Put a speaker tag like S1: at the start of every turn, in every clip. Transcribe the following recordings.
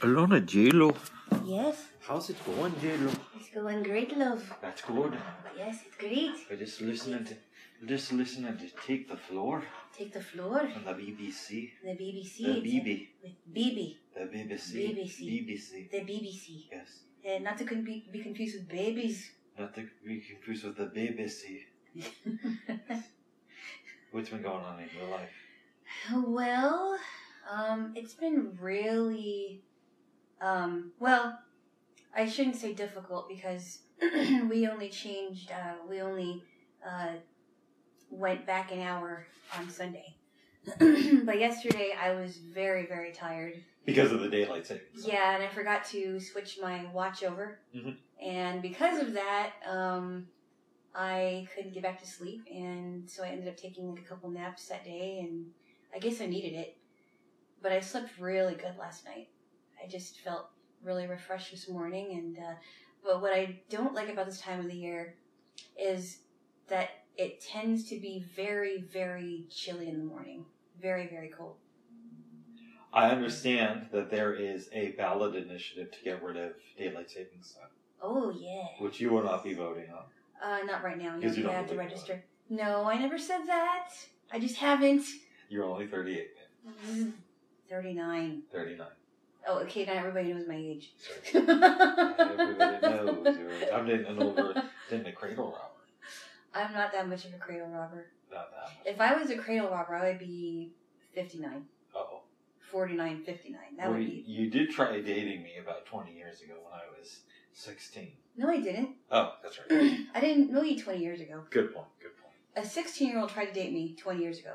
S1: Alona J-Lo.
S2: Yes,
S1: How's it going, J-Lo?
S2: it's going great, love.
S1: That's good.
S2: Yes, it's great.
S1: I just listening to just listening to Take the Floor
S2: Take the floor.
S1: on the BBC.
S2: The BBC.
S1: The
S2: it's-
S1: BB.
S2: With BB.
S1: The BBC.
S2: BBC.
S1: BBC.
S2: The BBC.
S1: Yes.
S2: Uh, not to con- be, be confused with babies.
S1: Not to be confused with the BBC. What's been going on in your life?
S2: Well, um, it's been really, um, well, I shouldn't say difficult because we only changed, uh, we only uh, went back an hour on Sunday. but yesterday I was very, very tired.
S1: Because of the daylight savings.
S2: Yeah, and I forgot to switch my watch over.
S1: Mhm.
S2: And because of that, um, I couldn't get back to sleep. And so I ended up taking like a couple naps that day. And I guess I needed it. But I slept really good last night. I just felt really refreshed this morning. And, uh, but what I don't like about this time of the year is that it tends to be very, very chilly in the morning. Very, very cold.
S1: I understand that there is a ballot initiative to get rid of daylight savings time,
S2: Oh, yeah.
S1: which you will not be voting on.
S2: Uh, not right now. No,
S1: Because you
S2: you
S1: don't
S2: have to
S1: believe in
S2: register. No, I never said that. I just haven't.
S1: You're only 38, man.
S2: Thirty-nine.
S1: 39.
S2: Oh, okay. Now everybody knows my age.
S1: Sorry. Everybody knows
S2: I'm
S1: you're. I'm in an older than the cradle robber.
S2: not that much of a cradle robber.
S1: Not that.
S2: If I was a cradle robber, I would be 59,
S1: Oh,
S2: 49, 59. That would be.
S1: you did try dating me about 20 years ago when I was 16.
S2: No, I didn't.
S1: Oh, that's right.
S2: I didn't know you 20 years ago.
S1: good point. Good point.
S2: A 16-year-old tried to date me 20 years ago,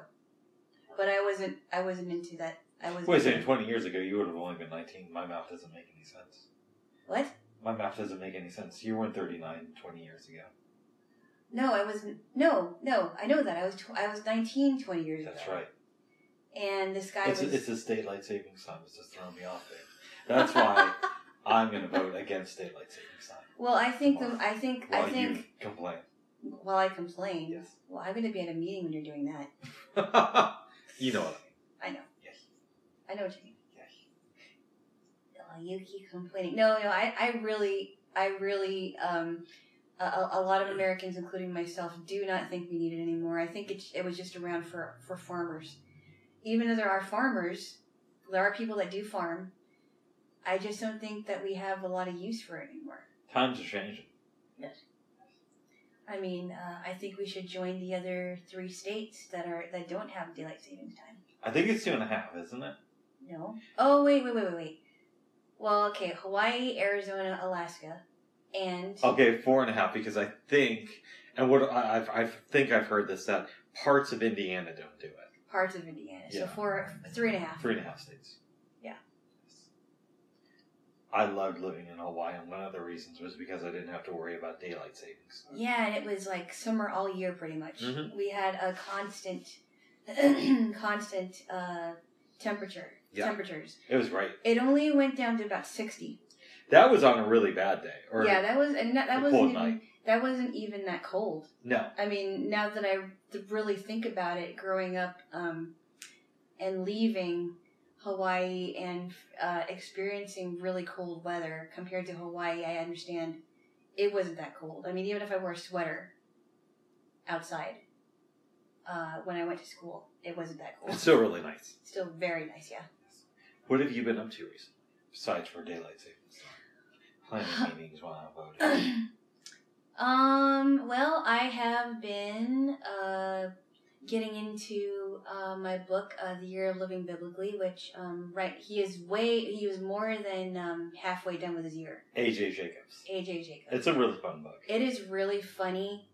S2: but I wasn't. I wasn't into that. I wasn't.
S1: Wait, saying 20 years ago you would have only been 19. My math doesn't make any sense.
S2: What?
S1: My math doesn't make any sense. You weren't 39 20 years ago.
S2: No, I wasn't. No, no, I know that. I was tw- I was 19, 20 years ago.
S1: That's right.
S2: And this guy
S1: It's
S2: was.
S1: a, it's this daylight savings time. It's just throwing me off there. That's why I'm going to vote against daylight savings time.
S2: well, I think the I think
S1: While
S2: I think
S1: you complain.
S2: while I complain.
S1: Yes.
S2: Well, I'm going to be at a meeting when you're doing that.
S1: you know what
S2: I know.
S1: Yes.
S2: I know what you mean.
S1: Yes.
S2: Oh, you keep complaining. No, no, I, I really, I really, um, a- a, a lot of Americans, including myself, do not think we need it anymore. I think it, it was just around for, for farmers. Even though there are farmers, there are people that do farm. I just don't think that we have a lot of use for it anymore.
S1: Times are changing.
S2: I mean, uh, I think we should join the other three states that are that don't have daylight savings time.
S1: I think it's two and a half, isn't it?
S2: No. Oh wait, wait, wait, wait, wait. Well, okay, Hawaii, Arizona, Alaska, and
S1: Okay, four and a half because I think, and what I I've, I think I've heard this that parts of Indiana don't do it.
S2: parts of Indiana. So
S1: Yeah.
S2: four, three and a half.
S1: Three and a half states.
S2: Yeah.
S1: I loved living in Hawaii, and one of the reasons was because I didn't have to worry about daylight savings.
S2: Yeah, and it was like summer all year, pretty much.
S1: Mhm.
S2: We had a constant, constant uh, temperature.
S1: Yeah.
S2: Temperatures.
S1: It was right.
S2: It only went down to about sixty.
S1: That was on a really bad day. Or
S2: yeah, that was and that,
S1: a
S2: that
S1: cold
S2: wasn't even,
S1: night.
S2: that wasn't even that cold.
S1: No.
S2: I mean, now that I th- really think about it, growing up um, and leaving Hawaii and uh, experiencing really cold weather compared to Hawaii, I understand it wasn't that cold. I mean, even if I wore a sweater outside uh, when I went to school, it wasn't that cold.
S1: It's still really nice.
S2: Still very nice, yeah.
S1: What have you been up to recently, besides for daylight savings time? Planning meetings while I'm voting.
S2: Um, well, I have been uh, getting into uh, my book, uh, The Year of Living Biblically, which, um, right, he is way, he was more than um, halfway done with his year.
S1: AJ Jacobs.
S2: AJ Jacobs.
S1: It's a really fun book.
S2: it is really funny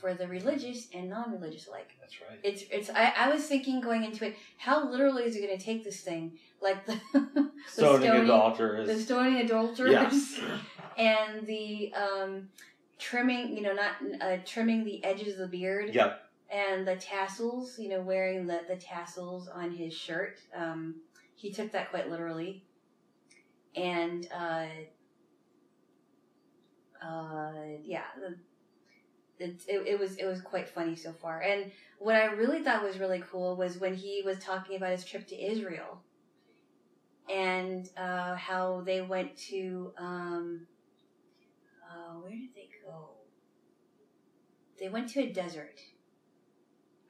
S2: for the religious and non religious alike.
S1: That's right.
S2: It's, it's, I, I was thinking going into it, how literally is it going to take this thing? Like the,
S1: Stoning
S2: stoning-
S1: adulterers.
S2: the stoning adulterers.
S1: Yes.
S2: and the um, trimming, you know, not uh, trimming the edges of the beard
S1: Yeah.
S2: and the tassels, you know, wearing the, the tassels on his shirt. Um, he took that quite literally. And uh, uh, yeah, the, it, it, it was it was quite funny so far. And what I really thought was really cool was when he was talking about his trip to Israel. and uh, how they went to um, uh, where did they go? They went to a desert.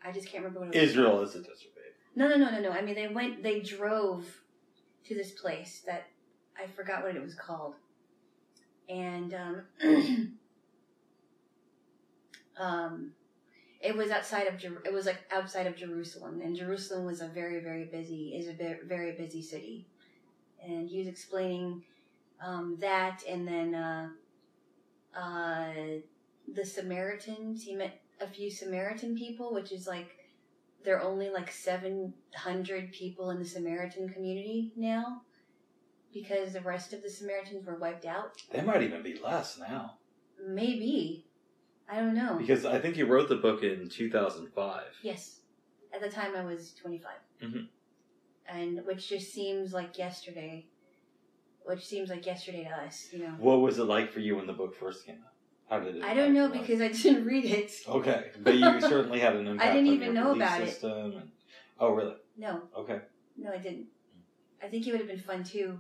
S2: I just can't remember what it was.
S1: Israel is a desert, babe.
S2: No, no, no, no, no. I mean, they went. They drove to this place that I forgot what it was called, and um, um, it was outside of Jer- it was like outside of Jerusalem, and Jerusalem was a very, very busy is a ve- very busy city, and he was explaining um, that, and then uh, uh, the Samaritans. He met a few Samaritan people, which is like there are only like 700 people in the Samaritan community now because the rest of the Samaritans were wiped out.
S1: They might even be less now.
S2: Maybe. I don't know.
S1: Because I think he wrote the book in 2005.
S2: Yes. At the time I was 25.
S1: Mhm.
S2: And which just seems like yesterday. Which seems like yesterday to us, you know.
S1: What was it like for you when the book first came out? How did it?
S2: I don't know
S1: impact
S2: because I didn't read it.
S1: your life? Okay, but you certainly had an impact.
S2: didn't
S1: on your
S2: even know
S1: belief
S2: about it.
S1: system And, oh, really?
S2: No,
S1: Okay.
S2: No, I didn't. I think it would have been fun too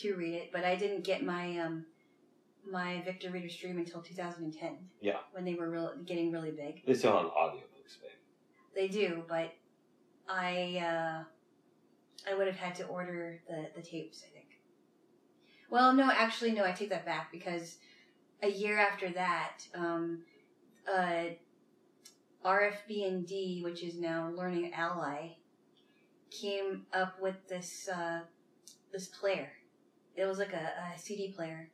S2: to read it, but I didn't get my um my Victor Reader stream until 2010.
S1: Yeah.
S2: When they were real, getting really big.
S1: They still have audiobooks, babe.
S2: They do, but I uh I would have had to order the the tapes, I think. Well, no, actually no, I take that back because a year after that, um uh RFBND, which is now Learning Ally, came up with this uh, this player. It was like a, a CD player,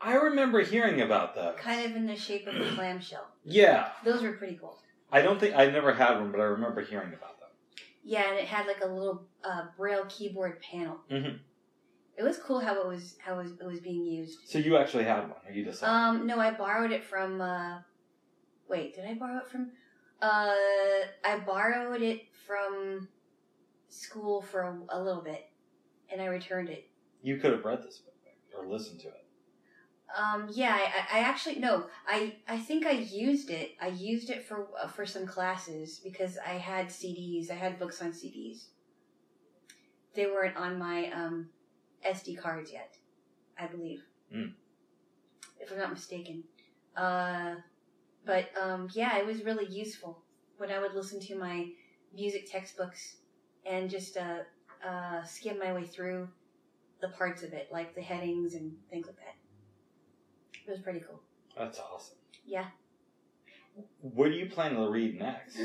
S1: I remember hearing about those.
S2: kind of in the shape of a clamshell.
S1: Yeah,
S2: Those were pretty cool.
S1: I don't think I never had one, but I remember hearing about them.
S2: Yeah, and it had like a little uh, braille keyboard panel.
S1: Mhm.
S2: It was cool how it was how it was, it was being used.
S1: So you actually had one, or you decided?
S2: Um, no, I borrowed it from. Uh, wait, did I borrow it from? Uh, I borrowed it from school for a, a little bit, and I returned it.
S1: you could have read this book babe, or listened to it.
S2: Um, yeah, I, I I actually no, I I think I used it. I used it for uh, for some classes because I had CDs. I had books on CDs. They weren't on my um, SD cards yet, I believe,
S1: Hmm.
S2: if I'm not mistaken. Uh, but um, yeah, it was really useful when I would listen to my music textbooks and just uh, uh, skim my way through the parts of it, like the headings and things like that. It was pretty cool.
S1: That's awesome.
S2: Yeah.
S1: What do you plan to read next?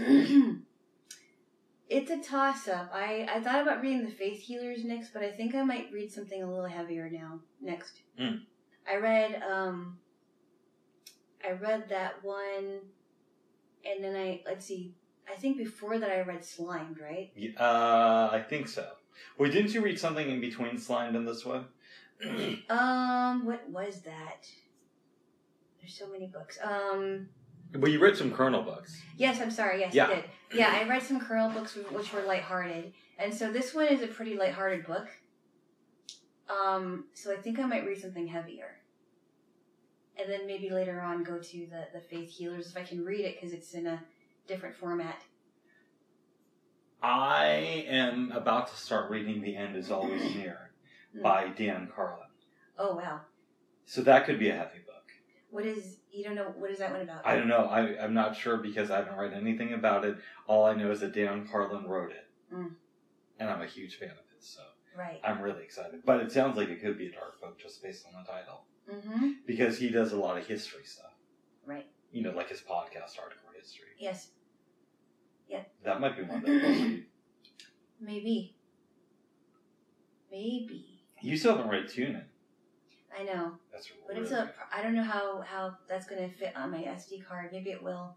S2: it's a toss up. I, I thought about reading The Faith Healers next, but I think I might read something a little heavier now. Next.
S1: Mm.
S2: I read um I read that one and then I let's see. I think before that I read Slimed, right?
S1: Y- Uh, I think so. Wait, didn't you read something in between Slimed and this one?
S2: Um what was that? There's so many books. Um
S1: well, you read some Colonel books.
S2: Yes, I'm sorry. Yes,
S1: Yeah.
S2: I did. Yeah, I read some Colonel books which were lighthearted, and so this one is a pretty lighthearted book. Um, so I think I might read something heavier, and then maybe later on go to the the Faith Healers if I can read it because it's in a different format.
S1: I am about to start reading The End Is Always Near
S2: Hmm.
S1: by Dan Carlin.
S2: Oh wow,
S1: So that could be a heavy book.
S2: what is you don't know what is that one about?
S1: I don't know. I, I'm not sure because I haven't read anything about it. All I know is that Dan Carlin wrote it.
S2: Mm.
S1: And I'm a huge fan of it, so
S2: Right.
S1: I'm really excited. But it sounds like it could be a dark book just based on the title
S2: Mm-hmm.
S1: because he does a lot of history stuff.
S2: Right.
S1: You know, like his podcast article history.
S2: Yes.
S1: That might be one that I'll read.
S2: Maybe. Maybe.
S1: You still haven't read Tune In.
S2: I know.
S1: That's really
S2: But it's a. I don't know how how that's gonna fit on my SD card. Maybe it will.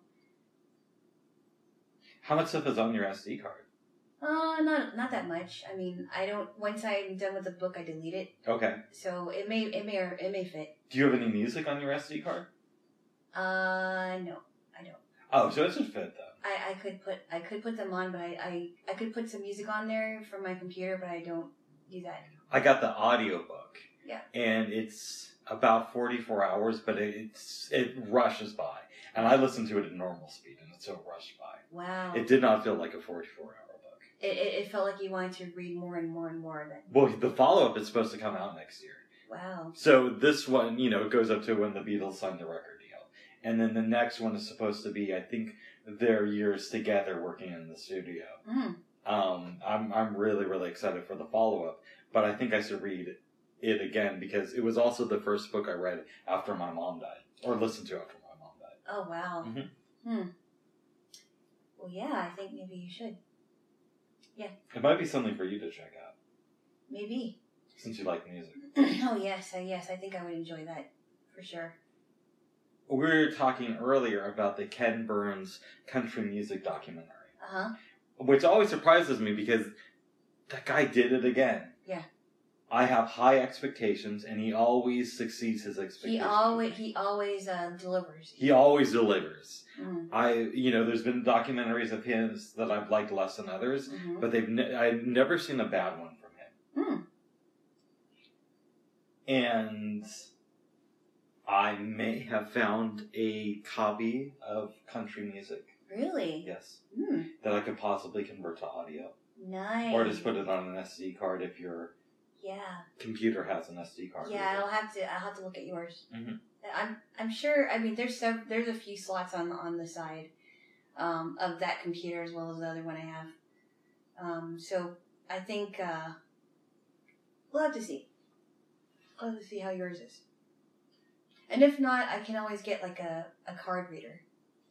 S1: How much stuff is on your SD card?
S2: Uh, not not that much. I mean, I don't. Once I'm done with the book, I delete it.
S1: Okay.
S2: So it may it may or it may fit.
S1: Do you have any music on your SD card?
S2: Uh, no.
S1: Oh, so it should fit then.
S2: I, I could put I could put them on, but I, I I could put some music on there from my computer, but I don't do that.
S1: I got the audiobook.
S2: Yeah.
S1: And it's about 44 hours, but it, it's it rushes by. And I listened to it at normal speed and it's so rushed by.
S2: Wow.
S1: It did not feel like a 44 hour book.
S2: It, it, it felt like you wanted to read more and more and more of it.
S1: Well, the follow up is supposed to come out next year.
S2: Wow.
S1: So this one, you know, goes up to when the Beatles signed the record deal. And then the next one is supposed to be, I think, their years together working in the studio.
S2: Mm.
S1: Um, I'm, I'm really, really excited for the follow up, but I think I should read it again because it was also the first book I read after my mom died, or listened to after my mom died.
S2: Oh wow.
S1: Mhm.
S2: Hmm. Well, yeah. I think maybe you should.
S1: It might be something for you to check out
S2: Maybe.
S1: since you like music.
S2: oh yes, I, yes. I think I would enjoy that for sure.
S1: We were talking earlier about the Ken Burns country music documentary,
S2: Uh huh.
S1: which always surprises me because that guy did it again.
S2: Yeah.
S1: I have high expectations, and he always succeeds his
S2: He
S1: expectations.
S2: always he always uh, delivers.
S1: he always delivers.
S2: Mm.
S1: I you know there's been documentaries of his that I've liked less than others,
S2: hmm
S1: but they've ne- I've never seen a bad one from him.
S2: Hmm.
S1: And I may have found a copy of country music,
S2: Really.
S1: yes,
S2: Hmm.
S1: that I could possibly convert to audio
S2: Nice.
S1: or just put it on an SD card if your
S2: Yeah.
S1: computer has an SD card.
S2: Yeah,
S1: reader.
S2: I'll have to. I'll have to look at yours.
S1: Mhm.
S2: I'm. I'm sure. I mean, there's sev- there's a few slots on on the side um, of that computer as well as the other one I have. Um, so I think uh, we'll have to see. We'll have to see how yours is. And if not, I can always get like a, a card reader.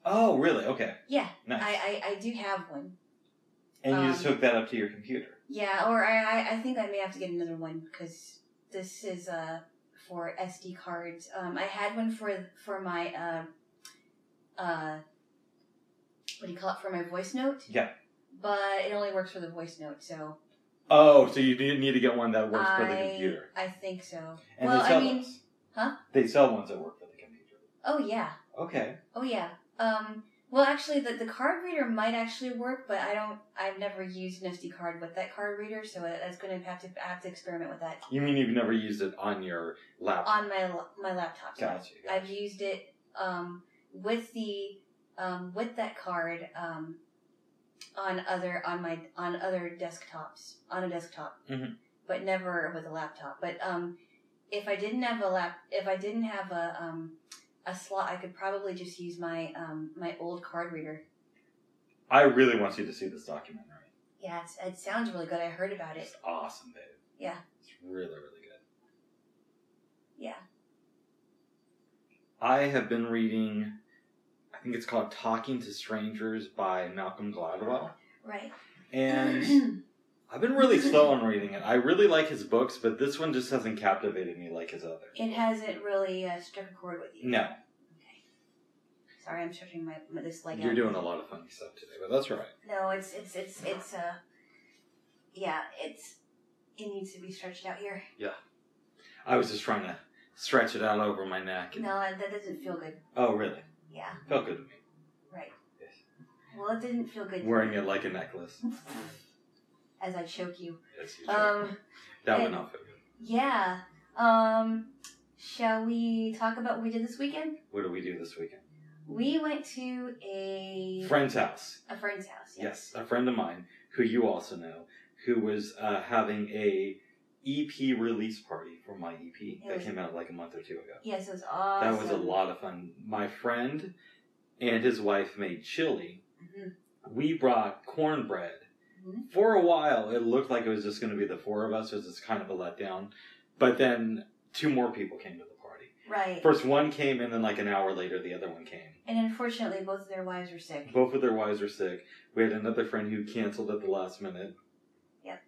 S1: Oh, really? Okay.
S2: Yeah,
S1: Nice.
S2: I, I, I do have one.
S1: and you just
S2: um,
S1: hook that up to your computer.
S2: Yeah, or I, I, I think I may have to get another one because this is uh for SD cards. Um, I had one for for my uh, uh, what do you call it for my voice note?
S1: Yeah.
S2: But it only works for the voice note, so
S1: Oh, so you do need to get one that works
S2: I
S1: for the computer.
S2: I think so.
S1: And
S2: well,
S1: they sell
S2: I mean,
S1: ones.
S2: huh?
S1: They sell ones that work for the computer.
S2: oh yeah,
S1: Okay.
S2: oh yeah. Um, well, actually, the the card reader might actually work, but I don't. I've never used an SD card with that card reader, so that's going to have to I have to experiment with that
S1: You mean you've never used it on your laptop?
S2: on my la- my laptop. so-
S1: Gotcha. gotcha.
S2: I've used it um, with the um, with that card um, on other on my on other desktops on a desktop,
S1: Mhm.
S2: but never with a laptop. But um, if I didn't have a lap, if I didn't have a um, a slot, I could probably just use my um, my old card reader.
S1: I really want you to see this documentary.
S2: Yeah, it's, it sounds really good. I heard about it.
S1: It's awesome, babe.
S2: Yeah.
S1: It's really, really good.
S2: Yeah.
S1: I have been reading, I think it's called Talking to Strangers by Malcolm Gladwell.
S2: Right.
S1: And I've been really slow on reading it. I really like his books, but this one just hasn't captivated me like his others.
S2: it hasn't really uh, struck a chord with you.
S1: No.
S2: Sorry, I'm stretching my, my this leg.
S1: You're
S2: out.
S1: doing a lot of funny stuff today, but that's all right.
S2: No, it's it's it's it's uh yeah, it's it needs to be stretched out here.
S1: I was just trying to stretch it out over my neck. and-
S2: No, that doesn't feel good.
S1: Oh, really?
S2: Yeah,
S1: Felt good to me.
S2: right.
S1: Yes.
S2: Well, it didn't feel good.
S1: Wearing it like a necklace.
S2: as I choke you.
S1: Yes, you should.
S2: Um,
S1: that would not feel good.
S2: yeah. Um, shall we talk about what we did this weekend?
S1: What did we do this weekend?
S2: We went to a
S1: Friend's house.
S2: a friend's house.
S1: Yes, a friend of mine who you also know, who was uh, having a EP release party for my EP that
S2: was-
S1: came out like a month or two ago.
S2: Yes, it was awesome.
S1: That was a lot of fun. My friend and his wife made chili.
S2: Mhm.
S1: We brought cornbread.
S2: Mhm.
S1: For a while, it looked like it was just going to be the four of us, which is kind of a letdown. But then two more people came to the party.
S2: Right.
S1: First one came, and then like an hour later, the other one came.
S2: and unfortunately, both of their wives were sick.
S1: Both of their wives were sick. We had another friend who canceled at the last minute.
S2: Yep.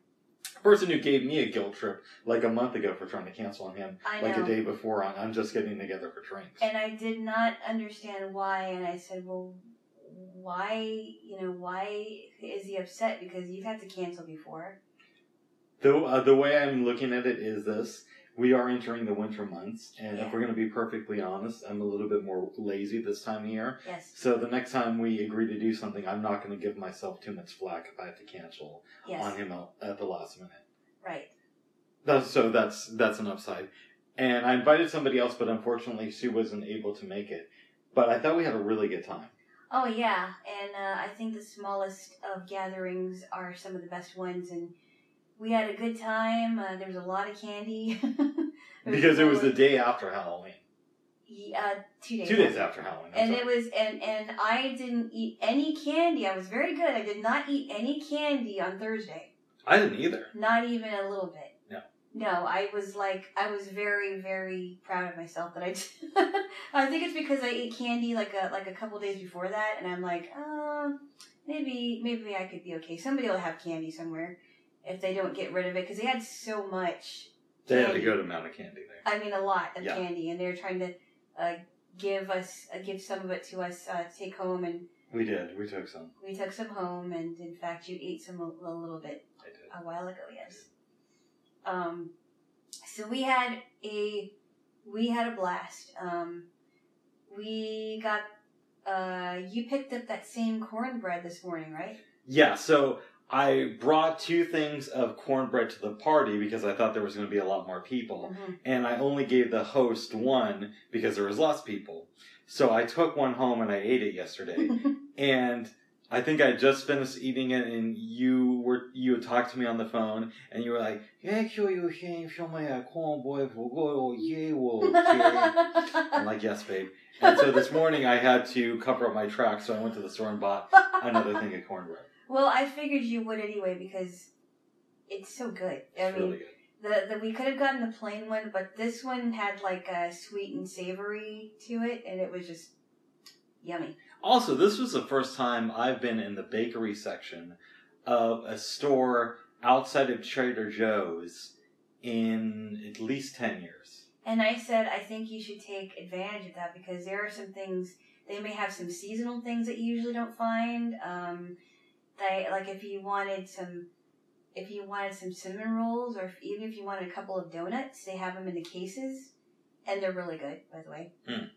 S1: A person who gave me a guilt trip like a month ago for trying to cancel on him,
S2: I know.
S1: like a day before on I'm just getting together for drinks.
S2: and I did not understand why. And I said, "Well, why? You know, why is he upset? Because you've had to cancel before."
S1: the, uh, the way I'm looking at it is this. We are entering the winter months, and
S2: Yeah.
S1: if we're going to be perfectly honest, I'm a little bit more lazy this time of year.
S2: Yes,
S1: So the next time we agree to do something, I'm not going to give myself too much flack if I have to cancel
S2: yes,
S1: on him at- at the last minute.
S2: right.
S1: That's, so that's that's an upside. And I invited somebody else, but unfortunately she wasn't able to make it. But I thought we had a really good time.
S2: Oh yeah, and uh, I think the smallest of gatherings are some of the best ones, and we had a good time. Uh, there was a lot of candy There
S1: Because it was
S2: a
S1: the day after Halloween.
S2: Ye- uh, two days
S1: Two days after Halloween. I'm
S2: and
S1: sorry.
S2: it was and and I didn't eat any candy. I was very good. I did not eat any candy on Thursday.
S1: I didn't either.
S2: Not even a little bit.
S1: No.
S2: No, I was like I was very very proud of myself that I. did- I think it's because I ate candy like a like a couple days before that, and I'm like, uh, maybe maybe I could be okay. Somebody will have candy somewhere if they don't get rid of it because they had so much.
S1: They had a
S2: candy.
S1: good amount of candy there.
S2: I mean, a lot of
S1: Yeah.
S2: candy, and they're trying to uh, give us uh, give some of it to us uh, to take home, and
S1: We did. We took some.
S2: we took some home, and in fact, you ate some a, a little bit
S1: I did.
S2: a while ago. Yes. Um, so we had a we had a blast. Um, we got uh, you picked up that same cornbread this morning, right?
S1: Yeah, so I brought two things of cornbread to the party because I thought there was going to be a lot more people.
S2: Mm-hmm.
S1: And I only gave the host one because there was less people. So I took one home and I ate it yesterday. and I think I just finished eating it, and you were you had talked to me on the phone, and you were like, "Yeah, sure, you can show me a cornbread for go, yeah, well, okay." I'm like, "Yes, babe." And so this morning I had to cover up my tracks, so I went to the store and bought another thing of cornbread.
S2: Well, I figured you would anyway because it's so good. I
S1: It's
S2: mean,
S1: really good.
S2: the, the we could have gotten the plain one, but this one had like a sweet and savory to it, and it was just yummy.
S1: Also, this was the first time I've been in the bakery section of a store outside of Trader Joe's in at least 10 years.
S2: And I said, I think you should take advantage of that because there are some things they may have some seasonal things that you usually don't find. Um, they like if you wanted some. If you wanted some cinnamon rolls, or if, even if you wanted a couple of donuts, they have them in the cases, and they're really good, by the way.
S1: Mm.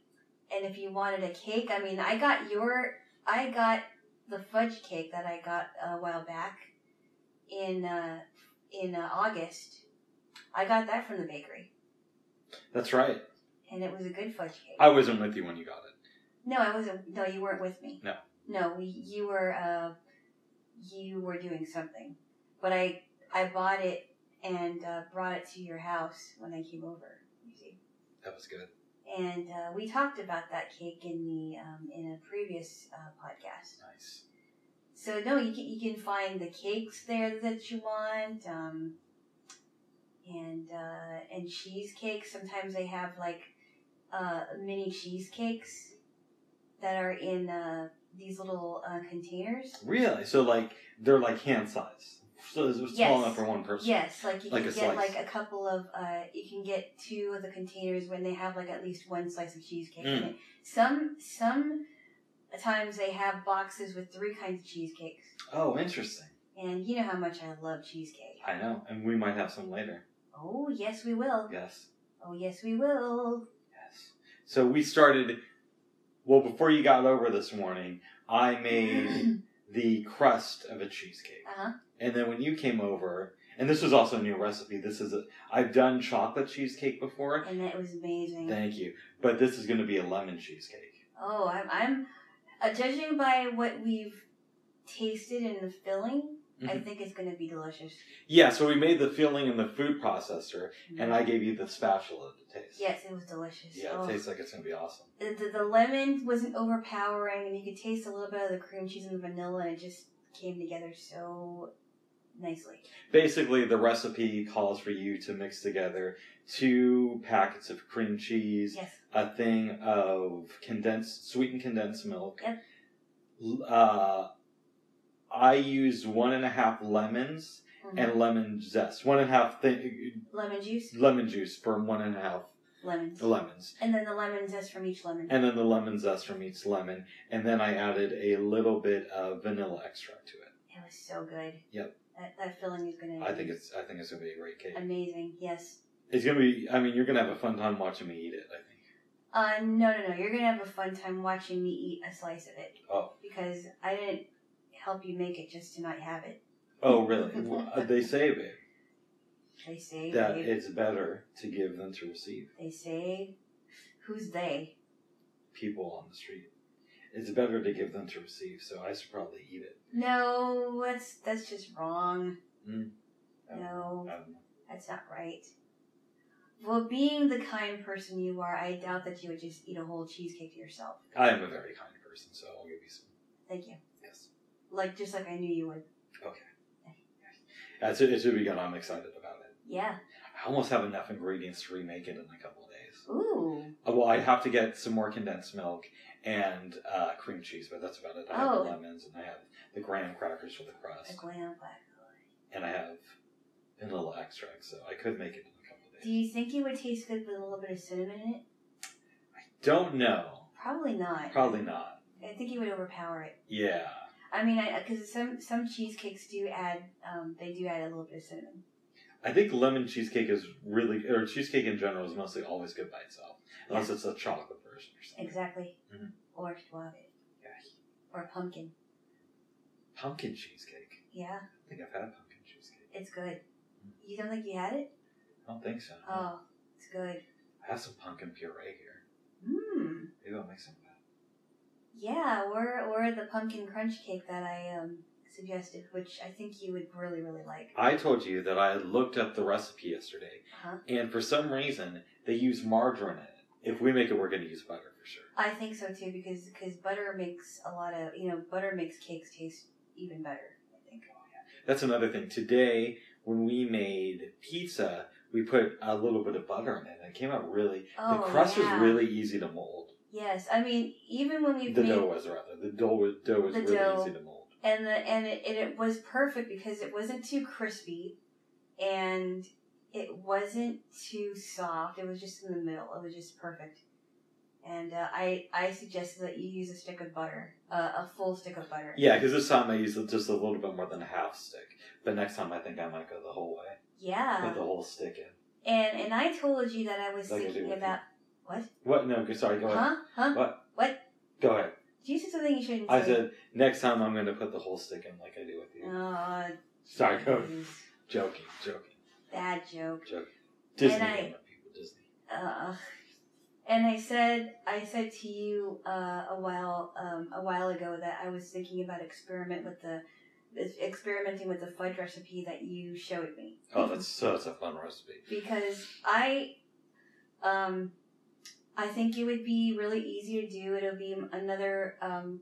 S2: And if you wanted a cake, I mean, I got your, I got the fudge cake that I got a while back in uh, in uh, August. I got that from the bakery.
S1: That's right.
S2: and it was a good fudge cake.
S1: I wasn't with you when you got it.
S2: no, I wasn't. No, you weren't with me.
S1: No.
S2: No, we, you were. Uh, you were doing something, but I I bought it and uh, brought it to your house when I came over. You see,
S1: That was good.
S2: and uh, we talked about that cake in the um, in a previous uh, podcast.
S1: Nice.
S2: So no, you can you can find the cakes there that you want, um, and uh, and cheesecakes. Sometimes they have like uh, mini cheesecakes that are in uh, these little uh, containers.
S1: Really? So, like, they're like hand size. So it's
S2: Yes.
S1: small enough for one person.
S2: Yes, like you
S1: Like
S2: can
S1: a
S2: get
S1: slice.
S2: like a couple of uh, you can get two of the containers when they have like at least one slice of cheesecake in
S1: Mm.
S2: it. Some some times they have boxes with three kinds of cheesecakes,
S1: Oh, interesting.
S2: and you know how much I love cheesecake.
S1: I know. And we might have some later.
S2: Oh yes, we will.
S1: Yes.
S2: Oh yes, we will.
S1: Yes. So we started. Well, before you got over this morning, I made the crust of a cheesecake,
S2: Uh-huh.
S1: and then when you came over, and this was also a new recipe. This is a I've done chocolate cheesecake before.
S2: And that was amazing.
S1: Thank you, but this is going to be a lemon cheesecake.
S2: Oh, I'm, I'm uh, judging by what we've tasted in the filling, I
S1: Mhm.
S2: think it's going to be delicious.
S1: Yeah. So we made the filling in the food processor, and I gave you the spatula to taste.
S2: Yes, it was delicious.
S1: Yeah, it
S2: oh.
S1: tastes like it's going to be awesome.
S2: the, the, the lemon wasn't overpowering, and you could taste a little bit of the cream cheese and the vanilla, and it just came together so nicely.
S1: Basically, the recipe calls for you to mix together two packets of cream cheese,
S2: Yes.
S1: a thing of condensed sweetened condensed milk.
S2: Yep.
S1: L- Uh, I used one and a half lemons
S2: Mhm.
S1: and lemon zest. One and a half thi-
S2: lemon juice,
S1: lemon juice from one and a half
S2: lemons,
S1: lemons,
S2: and then the lemon zest from each lemon.
S1: Mm-hmm. and then the lemon zest from each lemon, and then I added a little bit of vanilla extract to it.
S2: it was so good.
S1: Yep.
S2: That, that filling is going to.
S1: I think it's I think it's gonna be a great cake.
S2: amazing. Yes.
S1: It's gonna be. I mean, you're gonna have a fun time watching me eat it. I think.
S2: Uh, no, no, no. You're gonna have a fun time watching me eat a slice of it.
S1: Oh.
S2: Because I didn't help you make it just to not have it.
S1: Oh really? Well, they say babe,
S2: They say.
S1: that
S2: babe.
S1: it's better to give than to receive.
S2: They say. Who's they?
S1: people on the street. It's better to give than to receive, so I should probably eat it.
S2: No, that's that's just wrong.
S1: Mm. I
S2: No.
S1: don't know.
S2: That's not right. Well, being the kind person you are, I doubt that you would just eat a whole cheesecake yourself.
S1: I am a very kind person, so I'll give you some.
S2: Thank you.
S1: Yes.
S2: Like just like I knew you would.
S1: It should, it should be good. I'm excited about it.
S2: Yeah.
S1: I almost have enough ingredients to remake it in a couple of days.
S2: Ooh.
S1: Uh, Well, I have to get some more condensed milk and uh, cream cheese, but that's about it. I have
S2: Oh.
S1: the lemons and I have the graham crackers for the
S2: A
S1: crust,
S2: glam black.
S1: and I have vanilla extract, so I could make it in a couple of
S2: Do
S1: days.
S2: you think it would taste good with a little bit of cinnamon in it?
S1: Don't know.
S2: Probably not.
S1: Probably not.
S2: I think it would overpower it.
S1: Yeah.
S2: I mean, because some some cheesecakes do add, um, they do add a little bit of cinnamon.
S1: I think lemon cheesecake is really, or cheesecake in general is mostly always good by itself, unless it's a chocolate version or something.
S2: Exactly.
S1: Mhm.
S2: Or suave.
S1: Yeah.
S2: Or pumpkin.
S1: Pumpkin cheesecake.
S2: Yeah,
S1: I think I've had pumpkin cheesecake.
S2: it's good.
S1: Mm.
S2: You don't think you had it?
S1: I don't think so. no.
S2: Oh, it's good.
S1: I have some pumpkin puree here.
S2: Mmm.
S1: Maybe I'll make some of that.
S2: Yeah, or or the pumpkin crunch cake that I um, suggested, which I think you would really really like.
S1: I told you that I looked up the recipe yesterday,
S2: Uh-huh.
S1: and for some reason, they use margarine in it. If we make it, we're going to use butter for sure.
S2: I think so too because because butter makes a lot of you know butter makes cakes taste even better. I think.
S1: That's another thing. Today, when we made pizza, we put a little bit of butter in it, and it came out really.
S2: Oh,
S1: the crust
S2: yeah.
S1: was really easy to mold.
S2: Yes, I mean even when we
S1: the
S2: made
S1: dough was rather. The dough was, dough was
S2: The
S1: really
S2: dough.
S1: easy to mold.
S2: and the and it, and it was perfect because it wasn't too crispy, and it wasn't too soft. It was just in the middle. It was just perfect. And uh, I I suggested that you use a stick of butter, uh, a full stick of butter.
S1: Yeah, because this time I used just a little bit more than a half stick, but next time I think I might go the whole way,
S2: Yeah.
S1: put the whole stick in.
S2: And and I told you that I was
S1: Like I do
S2: thinking
S1: with
S2: about what?
S1: What? No, sorry. Go ahead.
S2: Huh? Huh?
S1: What?
S2: What?
S1: Go ahead.
S2: Did you say something you shouldn't
S1: I
S2: say?
S1: said next time I'm going to put the whole stick in like I do with you.
S2: Oh,
S1: Sorry, go.
S2: jeez.
S1: Joking, joking,
S2: Bad joke.
S1: joking. Disney
S2: I-
S1: humor, people. Disney.
S2: Uh, and I said I said to you uh, a while um, a while ago that I was thinking about experiment with the experimenting with the fudge recipe that you showed me.
S1: Oh, that's such a fun recipe.
S2: because I, um, I think it would be really easy to do. It'll be another um,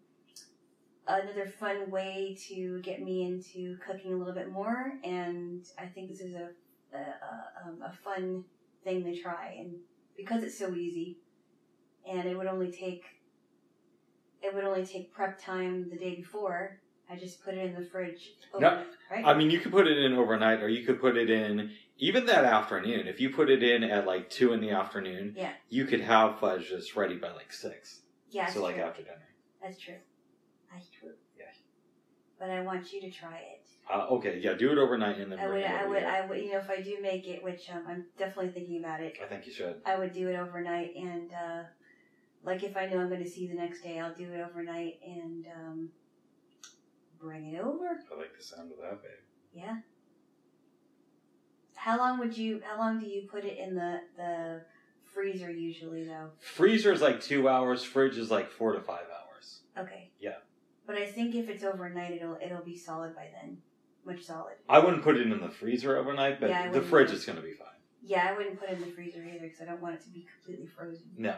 S2: another fun way to get me into cooking a little bit more, and I think this is a a, a, um, a fun thing to try. And because it's so easy, and it would only take it would only take prep time the day before. I just put it in the fridge.
S1: No,
S2: overnight, right?
S1: I mean, you could put it in overnight, or you could put it in even that afternoon. If you put it in at like two in the afternoon,
S2: Yeah.
S1: you could have fudge just ready by like six.
S2: yeah, it's
S1: so like
S2: true.
S1: after dinner.
S2: That's true. That's true.
S1: Yeah.
S2: But I want you to try it.
S1: Uh, okay, yeah, do it overnight and then
S2: I
S1: bring
S2: would,
S1: it
S2: I
S1: over
S2: would,
S1: here.
S2: I would. You know, if I do make it, which um, I'm definitely thinking about it,
S1: I think you should.
S2: I would do it overnight. And uh, like if I know I'm going to see you the next day, I'll do it overnight and um, bring it over.
S1: I like the sound of that, babe.
S2: Yeah. How long would you? How long do you put it in the the freezer usually though?
S1: Freezer is like two hours. Fridge is like four to five hours.
S2: Okay.
S1: Yeah.
S2: But I think if it's overnight, it'll it'll be solid by then, much solid.
S1: I wouldn't put it in the freezer overnight, but
S2: Yeah, I
S1: the
S2: wouldn't
S1: fridge
S2: either.
S1: is going to be fine.
S2: Yeah, I wouldn't put it in the freezer either because I don't want it to be completely frozen.
S1: No.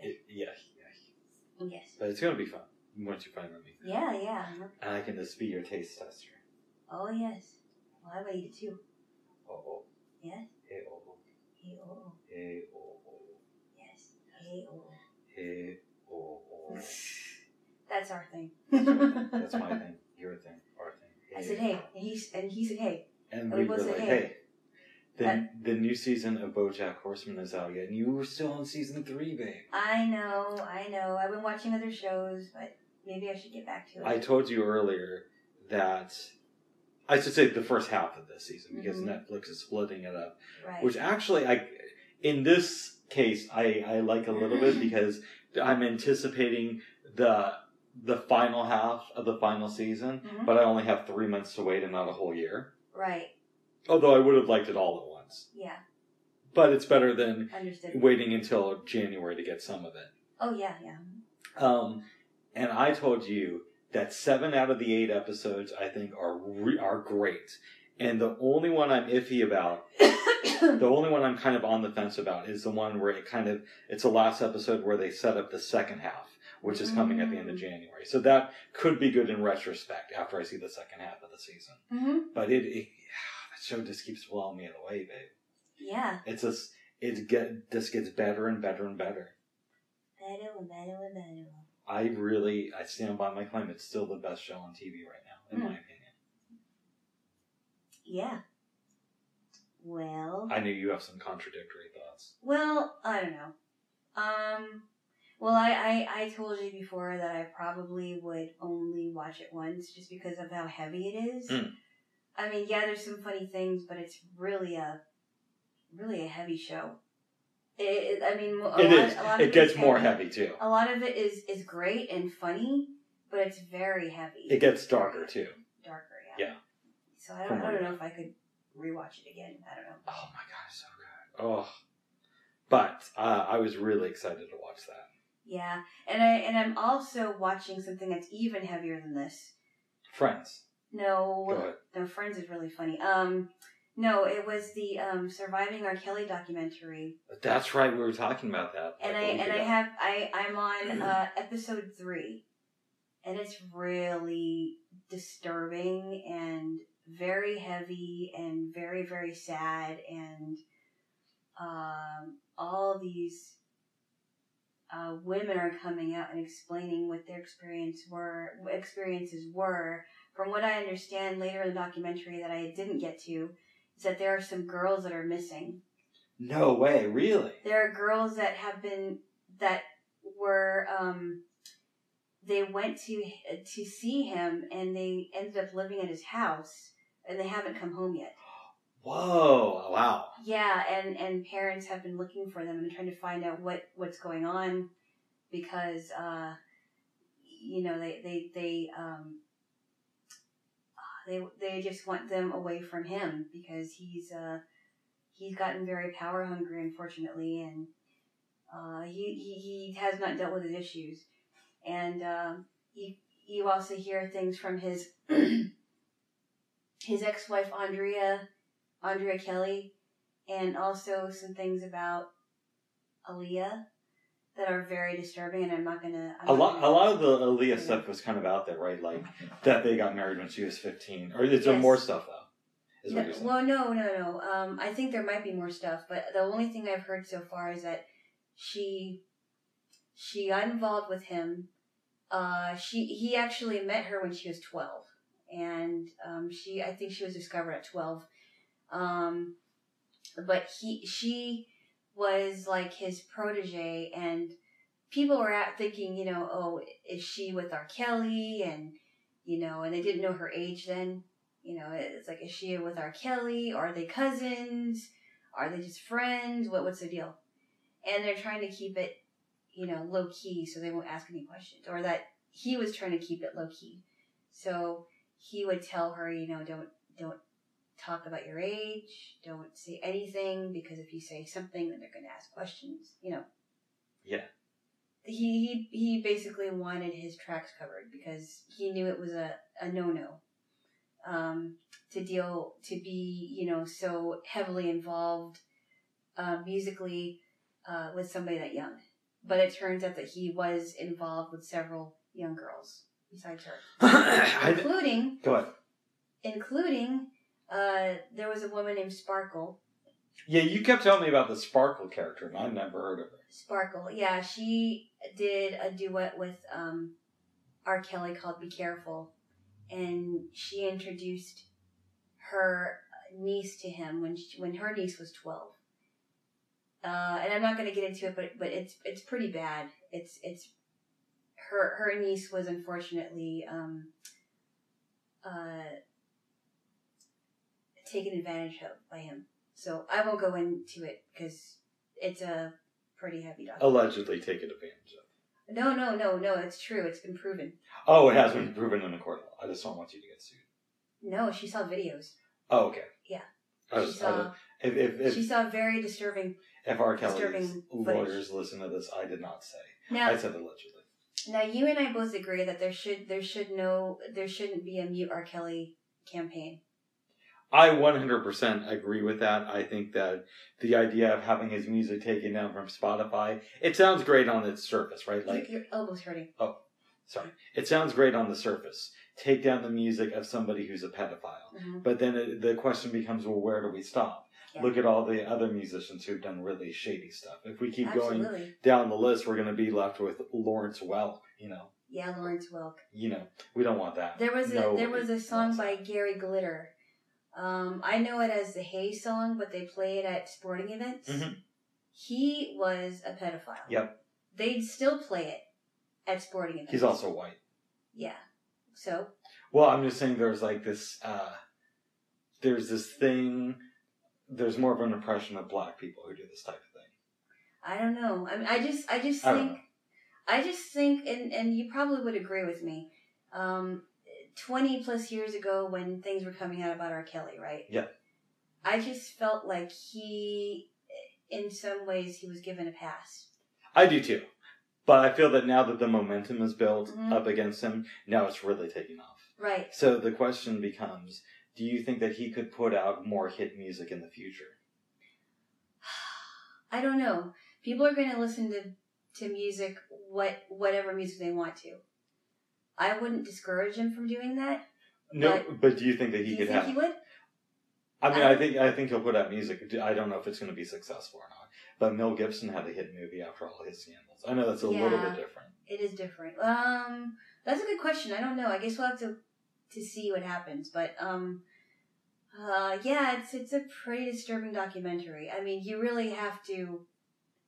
S1: It, yeah, yeah,
S2: Yes.
S1: but it's going to be fun once you find me,
S2: Yeah, yeah. uh-huh.
S1: and I can just be your taste tester.
S2: Oh yes. Well, I would eat it too.
S1: Oh oh.
S2: Yeah.
S1: Hey oh oh.
S2: Hey oh,
S1: Hey oh oh.
S2: yes. Hey oh.
S1: Hey oh oh.
S2: That's our thing.
S1: That's your thing. That's my thing. Your thing. Our thing.
S2: I said hey, and he and he said hey.
S1: And
S2: Oh,
S1: we
S2: it
S1: were
S2: was a
S1: like,
S2: hey.
S1: hey, the, the new season of BoJack Horseman is out yet, and you were still on season three, babe.
S2: I know, I know. I've been watching other shows, but maybe I should get back to it.
S1: I told you earlier that I should say the first half of this season because Netflix is splitting it up,
S2: Mm-hmm. right.
S1: which actually I, in this case, I I like a little bit because I'm anticipating the the final half of the final season,
S2: Mhm.
S1: but I only have three months to wait and not a whole year.
S2: Right.
S1: Although I would have liked it all at once,
S2: Yeah.
S1: but it's better than
S2: Understood.
S1: waiting until January to get some of it.
S2: Oh yeah, yeah.
S1: Um, and I told you that seven out of the eight episodes I think are re- are great, and the only one I'm iffy about, the only one I'm kind of on the fence about, is the one where it kind of it's the last episode where they set up the second half, which is coming at the end of
S2: Mm.
S1: January. So that could be good in retrospect after I see the second half of the season.
S2: hmm
S1: But it, it that show just keeps blowing me away, babe.
S2: Yeah.
S1: It's just it get just gets better and better and better.
S2: Better, better, better.
S1: I really I stand by my claim. It's still the best show on TV right now, in
S2: Hmm.
S1: my opinion.
S2: Yeah. Well.
S1: I know you have some contradictory thoughts.
S2: Well, I don't know. Um, well, I, I, I told you before that I probably would only watch it once just because of how heavy it is.
S1: Mm.
S2: I mean, yeah, there's some funny things, but it's really a, really a heavy show. It, it- I mean,
S1: It
S2: a lot,
S1: is.
S2: A lot of
S1: It gets
S2: is
S1: more heavy too.
S2: A lot of it is, is great and funny, but it's very heavy.
S1: It gets darker too.
S2: Darker, yeah.
S1: Yeah.
S2: So I
S1: From
S2: don't, I
S1: where
S2: don't
S1: you-
S2: know if I could rewatch it again. I don't know.
S1: Oh my god, it's so good. Oh, but uh, I was really excited to watch that
S2: Yeah, and I and I'm also watching something that's even heavier than this.
S1: Friends. Go
S2: No,
S1: ahead.
S2: no, Friends is really funny. Um, no, it was the um Surviving R. Kelly documentary,
S1: That's right. We were talking about that.
S2: and I
S1: like, a week
S2: and I
S1: ago.
S2: have I I'm on uh, episode three, and it's really disturbing and very heavy and very very sad and um all these uh, women are coming out and explaining what their experience were experiences were. From what I understand later in the documentary that I didn't get to, is that there are some girls that are missing.
S1: No way. Really.
S2: There are girls that have been that were um, they went to to see him and they ended up living at his house and they haven't come home yet.
S1: Whoa. Wow.
S2: Yeah, and and parents have been looking for them and trying to find out what what's going on because uh you know they they they um they they just want them away from him because he's uh he's gotten very power hungry unfortunately and uh he he, he has not dealt with his issues and um you you also hear things from his his ex-wife Andrea Andrea Kelly and also some things about Aaliyah that are very disturbing, and I'm not gonna. I'm
S1: A
S2: not
S1: lot.
S2: gonna-
S1: A lot of the Aaliyah stuff was kind of out there, right? Like that they got married when she was fifteen. Or is there
S2: Oh Yes.
S1: more stuff though? Is what
S2: No,
S1: you're saying?
S2: well, no, no, no. Um, I think there might be more stuff, but the only thing I've heard so far is that she she got involved with him. Uh, she he actually met her when she was twelve, and um, she I think she was discovered at twelve. Um, but he she was like his protege, and people were out thinking, you know, oh, is she with R. Kelly? And you know, and they didn't know her age then you know, it's like, is she with R. Kelly? Are they cousins? Are they just friends? What what's the deal? And they're trying to keep it, you know, low key so they won't ask any questions. Or that he was trying to keep it low key. So he would tell her, you know, don't don't talk about your age, don't say anything, because if you say something then they're gonna ask questions, you know.
S1: Yeah.
S2: He he he basically wanted his tracks covered because he knew it was a, a no no um, to deal to be you know so heavily involved uh, musically uh, with somebody that young. But it turns out that he was involved with several young girls besides her,
S1: I-
S2: including
S1: Go ahead.
S2: including uh, there was a woman named Sparkle.
S1: Yeah, you kept telling me about the Sparkle character, and I've never heard of her.
S2: Sparkle, yeah, she did a duet with um, R. Kelly called "Be Careful," and she introduced her niece to him when she, when her niece was twelve. Uh, and I'm not going to get into it, but but it's it's pretty bad. It's it's her her niece was unfortunately um, uh, taken advantage of by him. So I won't go into it because it's a pretty heavy document.
S1: Allegedly taken advantage of.
S2: No, no, no, no. It's true. It's been proven.
S1: Oh, it has been proven in a court of law. I just don't want you to get sued.
S2: No, she saw videos.
S1: Oh, okay.
S2: Yeah. um,
S1: I
S2: she
S1: was, I
S2: saw.
S1: was- if if
S2: she
S1: if,
S2: saw very disturbing.
S1: if R. Kelly's
S2: disturbing
S1: lawyers listen to this, I did not say.
S2: Now,
S1: I said allegedly.
S2: Now you and I both agree that there should there should no there shouldn't be a mute R. Kelly campaign.
S1: I 100% agree with that. I think that the idea of having his music taken down from Spotify, it sounds great on its surface, right? Like,
S2: your, your elbow's hurting.
S1: sorry, it sounds great on the surface. Take down the music of somebody who's a pedophile.
S2: Mhm.
S1: But then it, the question becomes, well, where do we stop?
S2: Yeah.
S1: Look at all the other musicians who've done really shady stuff. If we keep going
S2: Absolutely.
S1: down the list, we're going to be left with Lawrence Welk. You know,
S2: Yeah, Lawrence Welk.
S1: you know, we don't want that.
S2: There was a
S1: No,
S2: there was a
S1: it's
S2: song
S1: not.
S2: by Gary Glitter. Um, I know it as the Hay song, but they play it at sporting events.
S1: Mhm.
S2: He was a pedophile.
S1: Yep.
S2: They'd still play it at sporting events.
S1: He's also white.
S2: yeah. So
S1: Well, I'm just saying there's like this uh there's this thing there's more of an impression of black people who do this type of thing.
S2: I don't know. I mean, I just I just
S1: I
S2: think
S1: don't know.
S2: I just think, and, and you probably would agree with me, um, 20 plus years ago when things were coming out about R. Kelly, right?
S1: Yeah.
S2: I just felt like he, in some ways, he was given a pass.
S1: I do too. But I feel that now that the momentum is built
S2: Mhm.
S1: up against him, now it's really taking off.
S2: Right.
S1: So the question becomes, do you think that he could put out more hit music in the future?
S2: I don't know. People are going to listen to, to music, what whatever music they want to. I wouldn't discourage him from doing that.
S1: No, but, do you think that
S2: Do
S1: he
S2: you
S1: could
S2: think
S1: have
S2: he would?
S1: I mean,
S2: I-
S1: I think I think he'll put out music. I don't know if it's going to be successful or not. But Mel Gibson had a hit movie after all his scandals. I know that's a little
S2: Yeah.
S1: bit different.
S2: It is different. Um, that's a good question. I don't know. I guess we'll have to to see what happens. But um, uh, yeah, it's it's a pretty disturbing documentary. I mean, you really have to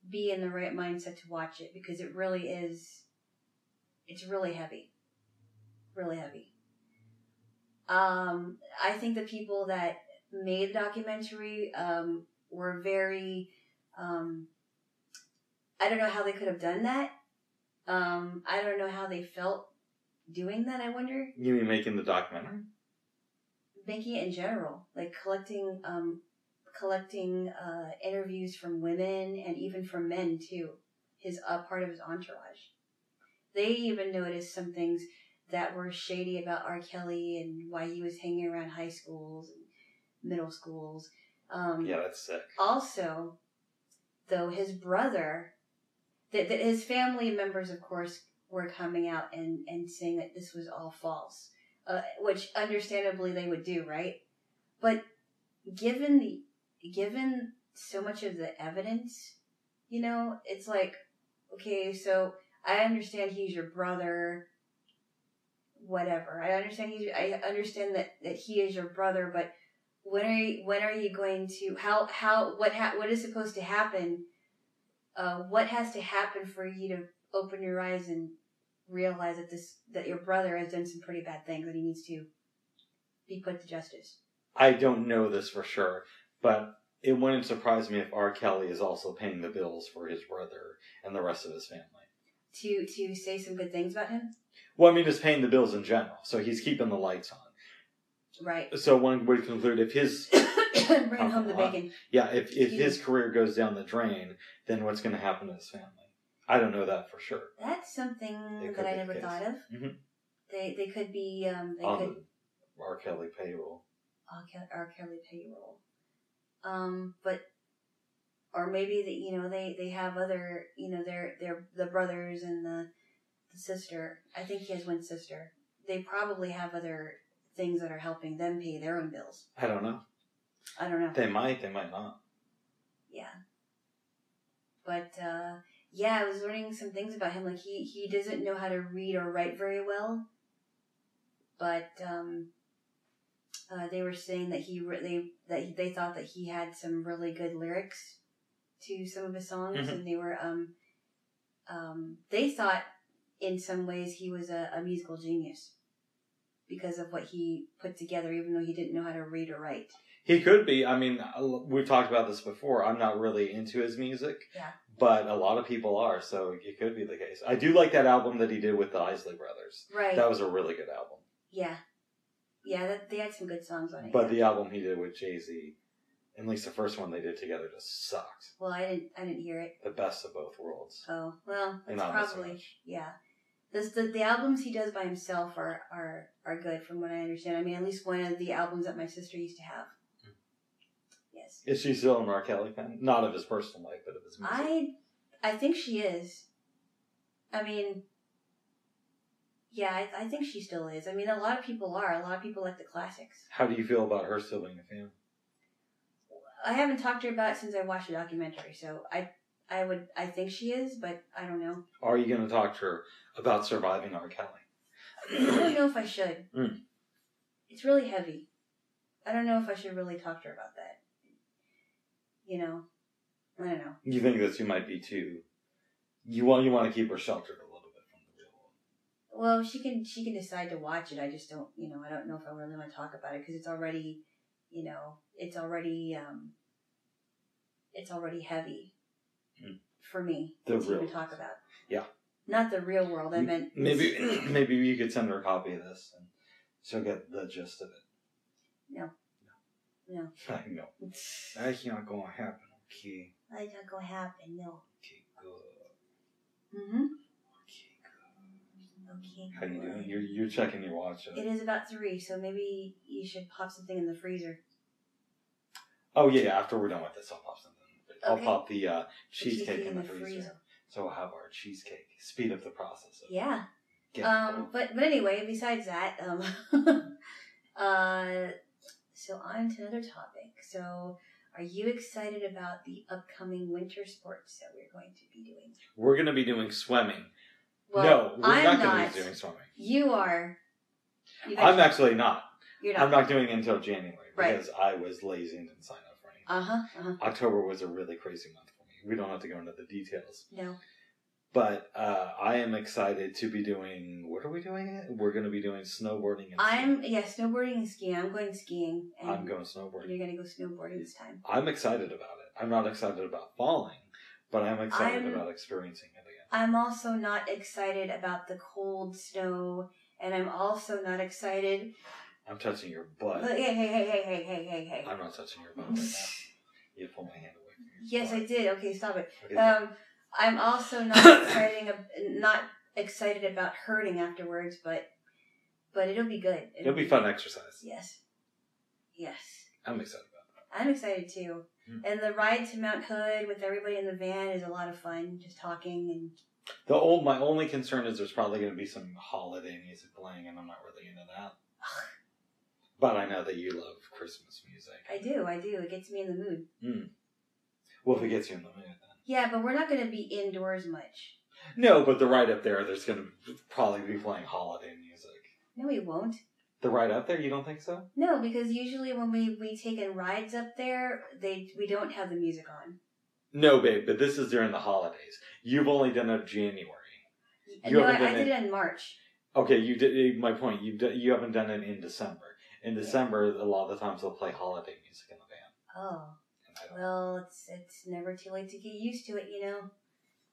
S2: be in the right mindset to watch it because it really is. It's really heavy, really heavy. Um, I think the people that made the documentary um, were very. Um, I don't know how they could have done that. Um, I don't know how they felt doing that. I wonder
S1: You mean making the documentary?
S2: making it in general, like collecting, um, collecting uh, interviews from women and even from men too. His uh, part of his entourage. They even noticed some things that were shady about R. Kelly and why he was hanging around high schools, and middle schools. Um,
S1: Yeah, that's sick.
S2: also, though his brother, that, that his family members, of course, were coming out and, and saying that this was all false, uh, which understandably they would do, right? But given the given so much of the evidence, you know, it's like, okay, so I understand he's your brother, whatever. I understand he's I understand that that he is your brother, but when are you, when are you going to how how what ha- what is supposed to happen uh what has to happen for you to open your eyes and realize that this that your brother has done some pretty bad things and he needs to be put to justice
S1: I don't know this for sure, but it wouldn't surprise me if R. Kelly is also paying the bills for his brother and the rest of his family.
S2: to to say some good things about him
S1: Well, I mean, just paying the bills in general. So he's keeping the lights on.
S2: right
S1: So one would conclude if his
S2: bring home the
S1: Wow.
S2: bacon
S1: yeah if, if his
S2: Yeah.
S1: career goes down the drain, then what's going to happen to his family? I don't know that for sure.
S2: that's something
S1: It could
S2: that i
S1: be the
S2: never
S1: case.
S2: thought of
S1: Mhm.
S2: they they could be um they
S1: on
S2: could
S1: the R. Kelly payroll.
S2: R. Kelly, R. Kelly payroll. Um, but or maybe that you know they they have other you know their their the brothers and the, the sister. I think he has one sister. They probably have other things that are helping them pay their own bills.
S1: I don't know.
S2: I don't know.
S1: They might. They might not.
S2: Yeah. But uh, yeah, I was learning some things about him. Like he he doesn't know how to read or write very well. But um, uh, they were saying that he re- they that he, they thought that he had some really good lyrics to some of his songs,
S1: Mhm.
S2: and they were um, um, they thought in some ways he was a, a musical genius because of what he put together, even though he didn't know how to read or write.
S1: He could be. I mean, uh, we've talked about this before. I'm not really into his music.
S2: Yeah.
S1: But a lot of people are, so it could be the case. I do like that album that he did with the Isley Brothers.
S2: Right.
S1: That was a really good album.
S2: Yeah. Yeah, that, they had some good songs on it.
S1: But
S2: yeah.
S1: the album he did with Jay Z, at least the first one they did together, just sucks.
S2: well, I didn't I didn't hear it.
S1: The best of both worlds.
S2: Oh, well,
S1: And
S2: it's
S1: not so
S2: probably
S1: much.
S2: yeah. This, the, the albums he does by himself are, are, are good from what I understand. I mean, at least one of the albums that my sister used to have.
S1: Hmm.
S2: Yes.
S1: Is she still a R. Kelly fan? Not of his personal life, but of his music.
S2: I I think she is. I mean, yeah, I, I think she still is. I mean, a lot of people are. A lot of people like the classics.
S1: How do you feel about her still being a fan?
S2: I haven't talked to her about it since I watched the documentary, so I I would I think she is, but I don't know.
S1: Are you going to talk to her about surviving R.
S2: I don't
S1: Kelly?
S2: know if I should.
S1: Mm.
S2: It's really heavy. I don't know if I should really talk to her about that. You know, I don't know.
S1: you think that she might be too? You want you want to keep her sheltered a little bit from the real world.
S2: Well, she can she can decide to watch it. I just don't, you know, I don't know if I really want to talk about it because it's already, you know, it's already um, it's already heavy
S1: Mm.
S2: for me
S1: The
S2: to
S1: real
S2: even talk about.
S1: Yeah.
S2: Not the real world. I meant
S1: Maybe maybe you could send her a copy of this and she'll get the gist of it.
S2: No. No.
S1: I know. That's not gonna happen. Okay.
S2: I don't go happen. No.
S1: Okay, good.
S2: Mm-hmm.
S1: Okay, good.
S2: Okay.
S1: How you doing? You're you're checking your watch. uh, huh?
S2: It is about three, so maybe you should pop something in the freezer.
S1: Oh yeah, yeah, after we're done with this, I'll pop something. I'll
S2: Okay.
S1: pop the uh,
S2: The
S1: cheesecake in the, freezer. so we'll have our cheesecake. Speed up the process. Of
S2: Yeah.
S1: getting
S2: Um,
S1: cold.
S2: but but anyway, besides that, um, uh, so on to another topic. So, are you excited about the upcoming winter sports that we're going to be doing?
S1: We're gonna be doing swimming. no, we're
S2: I'm
S1: not
S2: not.
S1: gonna be doing swimming.
S2: You are. You
S1: I'm
S2: guys-
S1: actually not.
S2: You're
S1: I'm
S2: not.
S1: not doing it until January
S2: Right.
S1: because I was lazy and didn't sign up for anything.
S2: Uh huh. Uh huh.
S1: October was a really crazy month for me. We don't have to go into the details,
S2: No.
S1: but uh, I am excited to be doing. What are we doing? it? We're gonna be doing snowboarding. And
S2: I'm yeah snowboarding and skiing. I'm going skiing.
S1: skiing.
S2: And
S1: I'm going snowboarding.
S2: You're gonna go snowboarding this time.
S1: I'm excited about it. I'm not excited about falling, but I'm excited
S2: I'm-
S1: about experiencing it again.
S2: I'm also not excited about the cold snow, and I'm also not excited.
S1: I'm touching your butt.
S2: Hey hey hey hey hey hey hey hey.
S1: I'm not touching your butt right now. You pull my hand away. From your
S2: Yes, I
S1: butt.
S2: did. Okay, stop it.
S1: Okay.
S2: Um, I'm also not exciting, not excited about hurting afterwards, but but it'll be good.
S1: It'll be fun exercise.
S2: Yes, yes,
S1: I'm excited about
S2: I'm excited too.
S1: Hmm.
S2: And the ride to Mount Hood with everybody in the van is a lot of fun. Just talking and
S1: it. The old, my only concern is there's probably going to be some holiday music playing, and I'm not really into that. but I know that you love Christmas music.
S2: I do, I do. It gets me in the mood.
S1: Well, if it gets you in the mood, then
S2: Yeah, but we're not going to be indoors much.
S1: no. But the ride up there, there's going to probably be playing holiday music.
S2: No, we won't.
S1: The ride up there, you don't think so?
S2: No, because usually when we we take in rides up there, they we don't have the music on.
S1: No, babe, but this is during the holidays. You've only done it January. You
S2: no, I,
S1: haven't
S2: I
S1: done
S2: did it in March.
S1: Okay, you did. eh, My point. You d- you haven't done it in December. In December, a lot of the times they'll play holiday music in the van.
S2: Oh.
S1: And I don't-
S2: Well, it's it's never too late to get used to it, you know.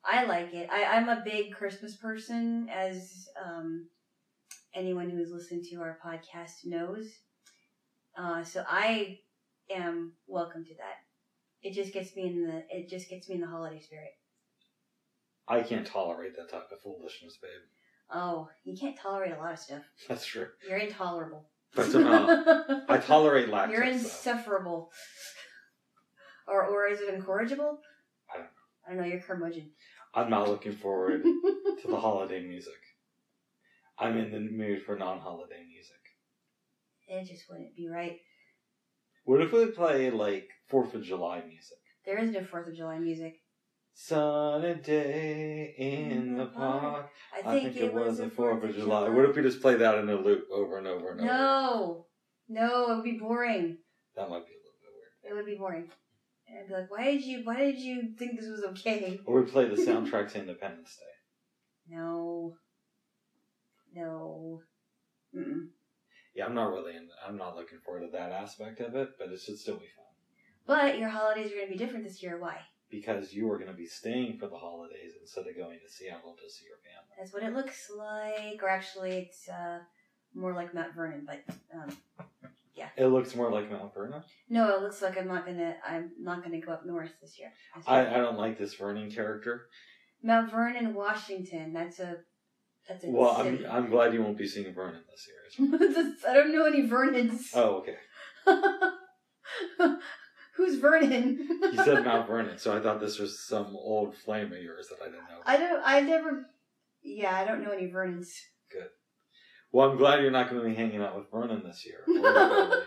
S2: I like it. I, I'm a big Christmas person, as um, anyone who has listened to our podcast knows. Uh, so I am welcome to that. It just gets me in the it just gets me in the holiday spirit.
S1: I can't tolerate that type of foolishness, babe.
S2: Oh, you can't tolerate a lot of stuff.
S1: That's true.
S2: You're intolerable.
S1: But somehow I tolerate lactose.
S2: You're
S1: though.
S2: insufferable. or or is it incorrigible?
S1: I don't know.
S2: I don't know. You're curmudgeon.
S1: I'm not looking forward to the holiday music. I'm in the mood for non-holiday music.
S2: It just wouldn't be right.
S1: What if we play like Fourth of July music?
S2: There is no Fourth of July music.
S1: Sunny day in the park.
S2: Mm-hmm. I think, it, was the Fourth of July.
S1: What if we just play that in a loop over and over and over?
S2: No, no, it would be boring.
S1: That might be a little bit weird.
S2: It would be boring. And I'd be like, why did you, why did you think this was okay?
S1: Or we play the soundtrack to Independence Day.
S2: No, no. Mm-mm.
S1: Yeah, I'm not really. In, I'm not looking forward to that aspect of it, but it should still be fun
S2: But your holidays are going to be different this year. Why?
S1: because you are going to be staying for the holidays instead of going to Seattle to see your family.
S2: That's what it looks like. Or actually, it's uh, more like Mount Vernon. But um,
S1: It looks more like Mount Vernon.
S2: no, it looks like I'm not gonna, I'm not gonna go up north this year.
S1: I, I don't like this Vernon character.
S2: Mount Vernon, Washington. That's a That's it.
S1: Well,
S2: That's
S1: I'm,
S2: it.
S1: I'm glad you won't be seeing Vernon this year.
S2: That's- I don't know any Vernons.
S1: Oh, okay.
S2: Who's Vernon?
S1: You said Mount Vernon, so I thought this was some old flame of yours that I didn't know.
S2: I don't. I never. Yeah, I don't know any Vernons.
S1: Well, I'm glad you're not going to be hanging out with Vernon this year. or your holiday.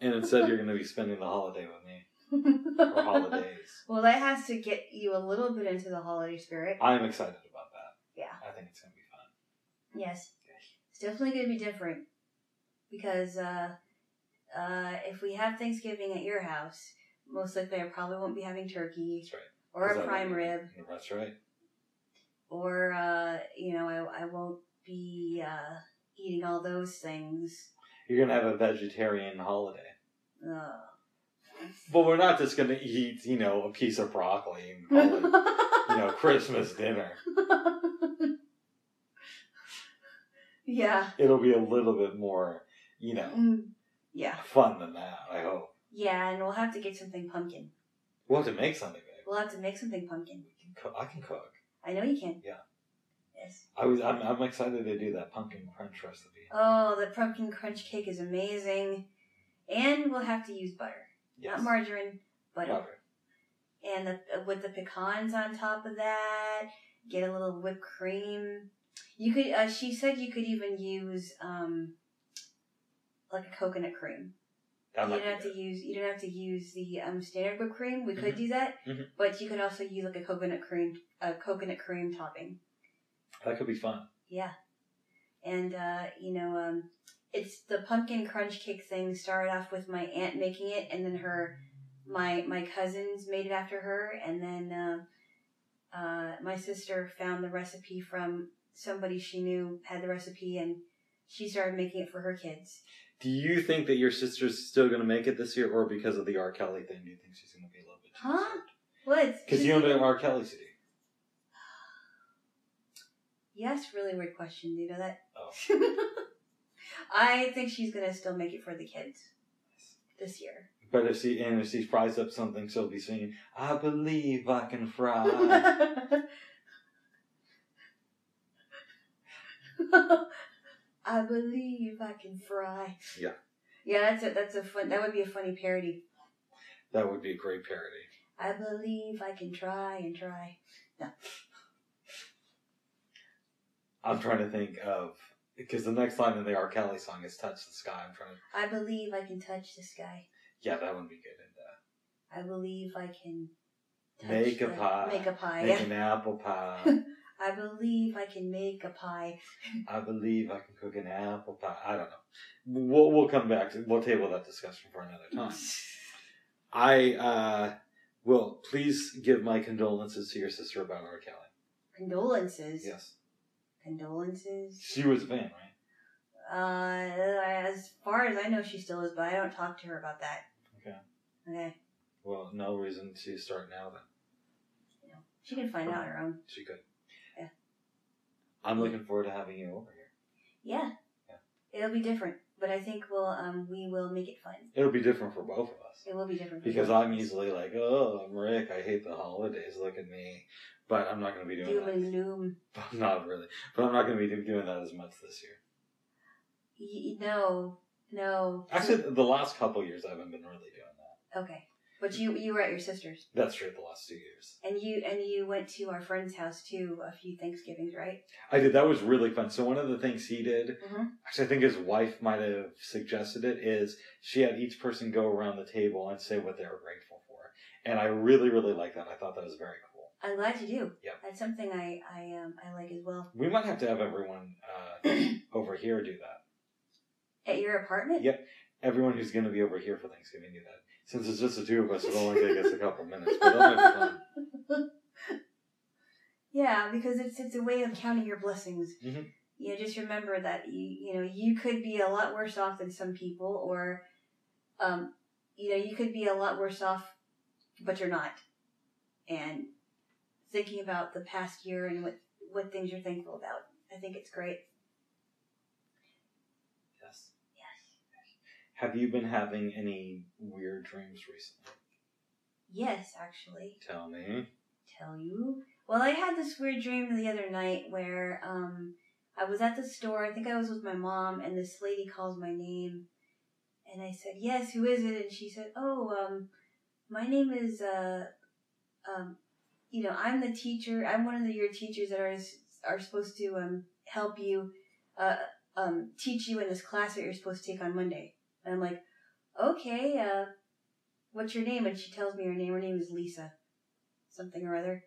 S1: and instead, you're going to be spending the holiday with me or holidays.
S2: well, that has to get you a little bit into the holiday spirit.
S1: I'm excited about that.
S2: Yeah.
S1: I think it's going to be fun.
S2: Yes, it's definitely going to be different because uh, uh, if we have Thanksgiving at your house, most likely I probably won't be having turkey
S1: That's right.
S2: or
S1: Is
S2: a
S1: that
S2: prime
S1: right?
S2: rib.
S1: That's right.
S2: or uh, you know, I, I won't be uh, eating all those things.
S1: You're going to have a vegetarian holiday.
S2: Ugh.
S1: But we're not just going to eat, you know, a piece of broccoli and call it, you know, Christmas dinner.
S2: yeah.
S1: It'll be a little bit more, you know,
S2: Mm. Yeah.
S1: fun than that, I hope.
S2: Yeah, and we'll have to get something pumpkin.
S1: We'll have to make something, babe.
S2: We'll have to make something pumpkin.
S1: We can cook. I can cook.
S2: I know you can.
S1: Yeah.
S2: Yes.
S1: I was, I'm, I'm excited to do that pumpkin crunch recipe.
S2: Oh, the pumpkin crunch cake is amazing. And we'll have to use butter.
S1: Yes.
S2: Not margarine, butter.
S1: Butter.
S2: and the, with the pecans on top of that, get a little whipped cream. You could. Uh, she said you could even use um, like a coconut cream.
S1: That
S2: you
S1: might
S2: don't have
S1: be
S2: to
S1: good.
S2: use. You don't have to use the um, standard whipped cream. We could do that,
S1: Mhm.
S2: but you could also use like a coconut cream, a coconut cream topping.
S1: That could be fun.
S2: Yeah, and uh, you know, um, it's the pumpkin crunch cake thing. Started off with my aunt making it, and then her, my my cousins made it after her, and then uh, uh, my sister found the recipe from somebody she knew had the recipe, and she started making it for her kids.
S1: Do you think that your sister's still going to make it this year, or because of the R. Kelly thing, do you think she's going to be a little bit too
S2: Huh? What?
S1: Because you don't know R. Kelly city.
S2: Yes, really weird question. Do you know that?
S1: Oh.
S2: I think she's gonna still make it for the kids this year.
S1: But if she and if she fries up something, she'll be singing, "I believe I can fry."
S2: I believe I can fry.
S1: Yeah.
S2: Yeah, that's a that's a fun that would be a funny parody.
S1: that would be a great parody.
S2: I believe I can try and try.
S1: I'm trying to think of because the next line in the R. Kelly song is "Touch the Sky." I'm trying to.
S2: I believe I can touch the sky.
S1: Yeah, that would be good. In
S2: I believe I can touch
S1: Make a
S2: the-
S1: pie.
S2: Make a pie.
S1: that. Make an apple pie.
S2: I believe I can make a pie.
S1: I believe I can cook an apple pie. I don't know. We'll we'll come back. To, we'll table that discussion for another time. I uh, will please give my condolences to your sister about R. Kelly.
S2: Condolences.
S1: Yes,
S2: Condolences.
S1: she was a fan, right?
S2: Uh, as far as I know, she still is, but I don't talk to her about that.
S1: Okay.
S2: Okay.
S1: Well, no reason to start now then.
S2: She can find out on her own.
S1: She could.
S2: Yeah.
S1: I'm looking forward to having you over here.
S2: Yeah.
S1: Yeah.
S2: It'll be different, but I think we'll um we will make it fun.
S1: It'll be different for both of us.
S2: It will be different for
S1: Because
S2: both of
S1: I'm
S2: us.
S1: usually like, oh, I'm Rick. I hate the holidays. Look at me. But I'm not going to be doing
S2: doom and
S1: that.
S2: gloom.
S1: I'm not really. But I'm not going to be do- doing that as much this year.
S2: Y- y- no, no.
S1: Actually, the last couple years, I haven't been really doing that.
S2: okay. But you you were at your sister's,
S1: That's true, the last two years.
S2: and you and you went to our friend's house too a few Thanksgivings, right?
S1: I did. That was really fun. So, one of the things he did,
S2: Mhm.
S1: actually, I think his wife might have suggested it, is she had each person go around the table and say what they were grateful for. And I really, really like that. I thought that was very cool.
S2: I'm glad you do.
S1: Yeah.
S2: That's something I I um I like as well.
S1: We might have to have everyone uh, over here do that.
S2: At your apartment?
S1: Yeah. Everyone who's going to be over here for Thanksgiving do that. Since it's just the two of us, it'll only take us a couple minutes. But that might be fun.
S2: Yeah, because it's it's a way of counting your blessings.
S1: Mhm.
S2: You know, just remember that you you know you could be a lot worse off than some people, or um, you know, you could be a lot worse off, but you're not. And thinking about the past year and what what things you're thankful about, I think it's great.
S1: Yes. Have you been having any weird dreams recently?
S2: Yes, actually.
S1: Tell me.
S2: tell you. Well, I had this weird dream the other night where um, I was at the store. I think I was with my mom, and this lady calls my name, and I said, "Yes, who is it?" And she said, "Oh, um, my name is, uh, um, you know, I'm the teacher. I'm one of the, your teachers that are are supposed to um help you, uh, um, teach you in this class that you're supposed to take on Monday." And I'm like, "Okay, uh, what's your name?" And she tells me her name. Her name is Lisa, something or other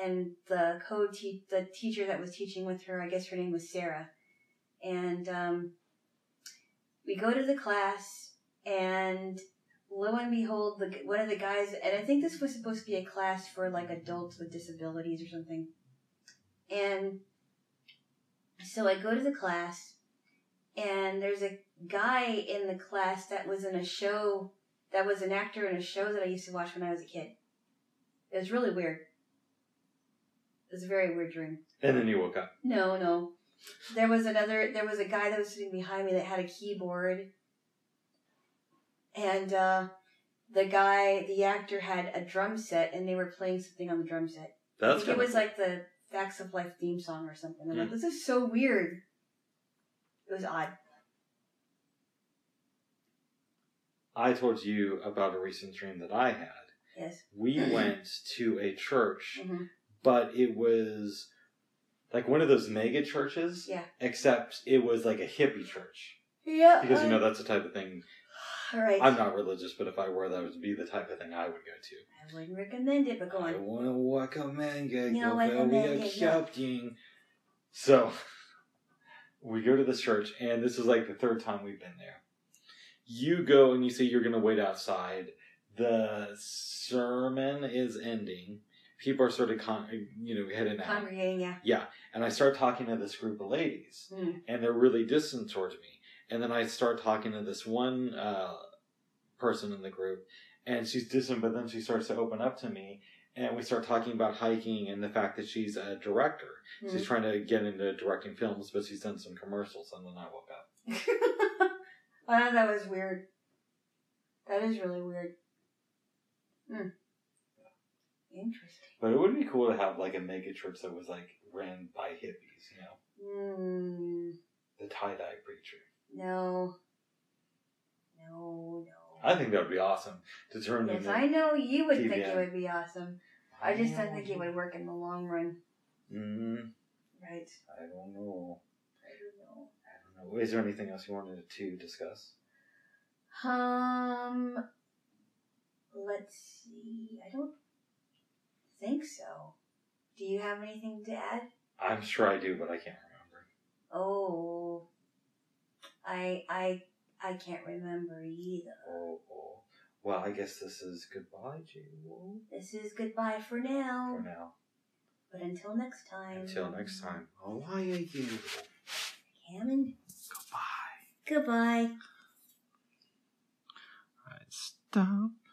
S2: and the co te- the teacher that was teaching with her, I guess her name was Sarah, and um, we go to the class, and lo and behold, the, one of the guys, and I think this was supposed to be a class for like adults with disabilities or something, and so I go to the class, and there's a guy in the class that was in a show that was an actor in a show that I used to watch when I was a kid. It was really weird. It was a very weird dream.
S1: And then you woke up.
S2: No, no. There was another. There was a guy that was sitting behind me that had a keyboard, and uh, the guy, the actor, had a drum set, and they were playing something on the drum set. I
S1: That's
S2: think it
S1: kinda
S2: was
S1: cool.
S2: like the Facts of Life theme song or something. I'm like,
S1: Mm.
S2: this is so weird. It was odd.
S1: I told you about a recent dream that I had.
S2: Yes.
S1: We went to a church,
S2: hmm
S1: but it was like one of those mega churches.
S2: Yeah.
S1: Except it was like a hippie church
S2: Yeah.
S1: because you know that's the type of thing.
S2: All right.
S1: I'm not religious, but if I were, that would be the type of thing I would go to.
S2: I wouldn't recommend it, but go
S1: I
S2: on.
S1: want to walk a manga.
S2: You know,
S1: go
S2: like a
S1: very
S2: manga, yeah.
S1: accepting. So we go to this church, and this is like the third time we've been there. You go and you say you're going to wait outside. The sermon is ending. People are sort of, con- you know, heading out.
S2: Congregating, yeah.
S1: And I start talking to this group of ladies,
S2: Mm.
S1: and they're really distant towards me. And then I start talking to this one uh, person in the group, and she's distant, but then she starts to open up to me, and we start talking about hiking and the fact that she's a director.
S2: Hmm.
S1: She's trying to get into directing films, but she's done some commercials, and then I woke up.
S2: wow, that was weird. That is really weird. Hmm. Interesting.
S1: But it would be cool to have like a mega church that was like ran by hippies, you know,
S2: Hmm.
S1: the tie dye preacher.
S2: No. No, no.
S1: I think that would be awesome to turn
S2: yes,
S1: into.
S2: I know you would think
S1: TBN.
S2: it would be awesome. I just don't think it would work in the long run.
S1: Mm,
S2: Right.
S1: I don't know.
S2: I don't know.
S1: I don't know. Is there anything else you wanted to discuss?
S2: Um, let's see. I don't think so. Do you have anything to add?
S1: I'm sure I do, but I can't remember.
S2: Oh, I I I can't remember either.
S1: Oh, oh. Well, I guess this is goodbye, Jewel,
S2: This is goodbye for now.
S1: for now.
S2: But until next time.
S1: Until next time. Oh, why are you?
S2: Hammond.
S1: Goodbye.
S2: Goodbye.
S1: All right, stop.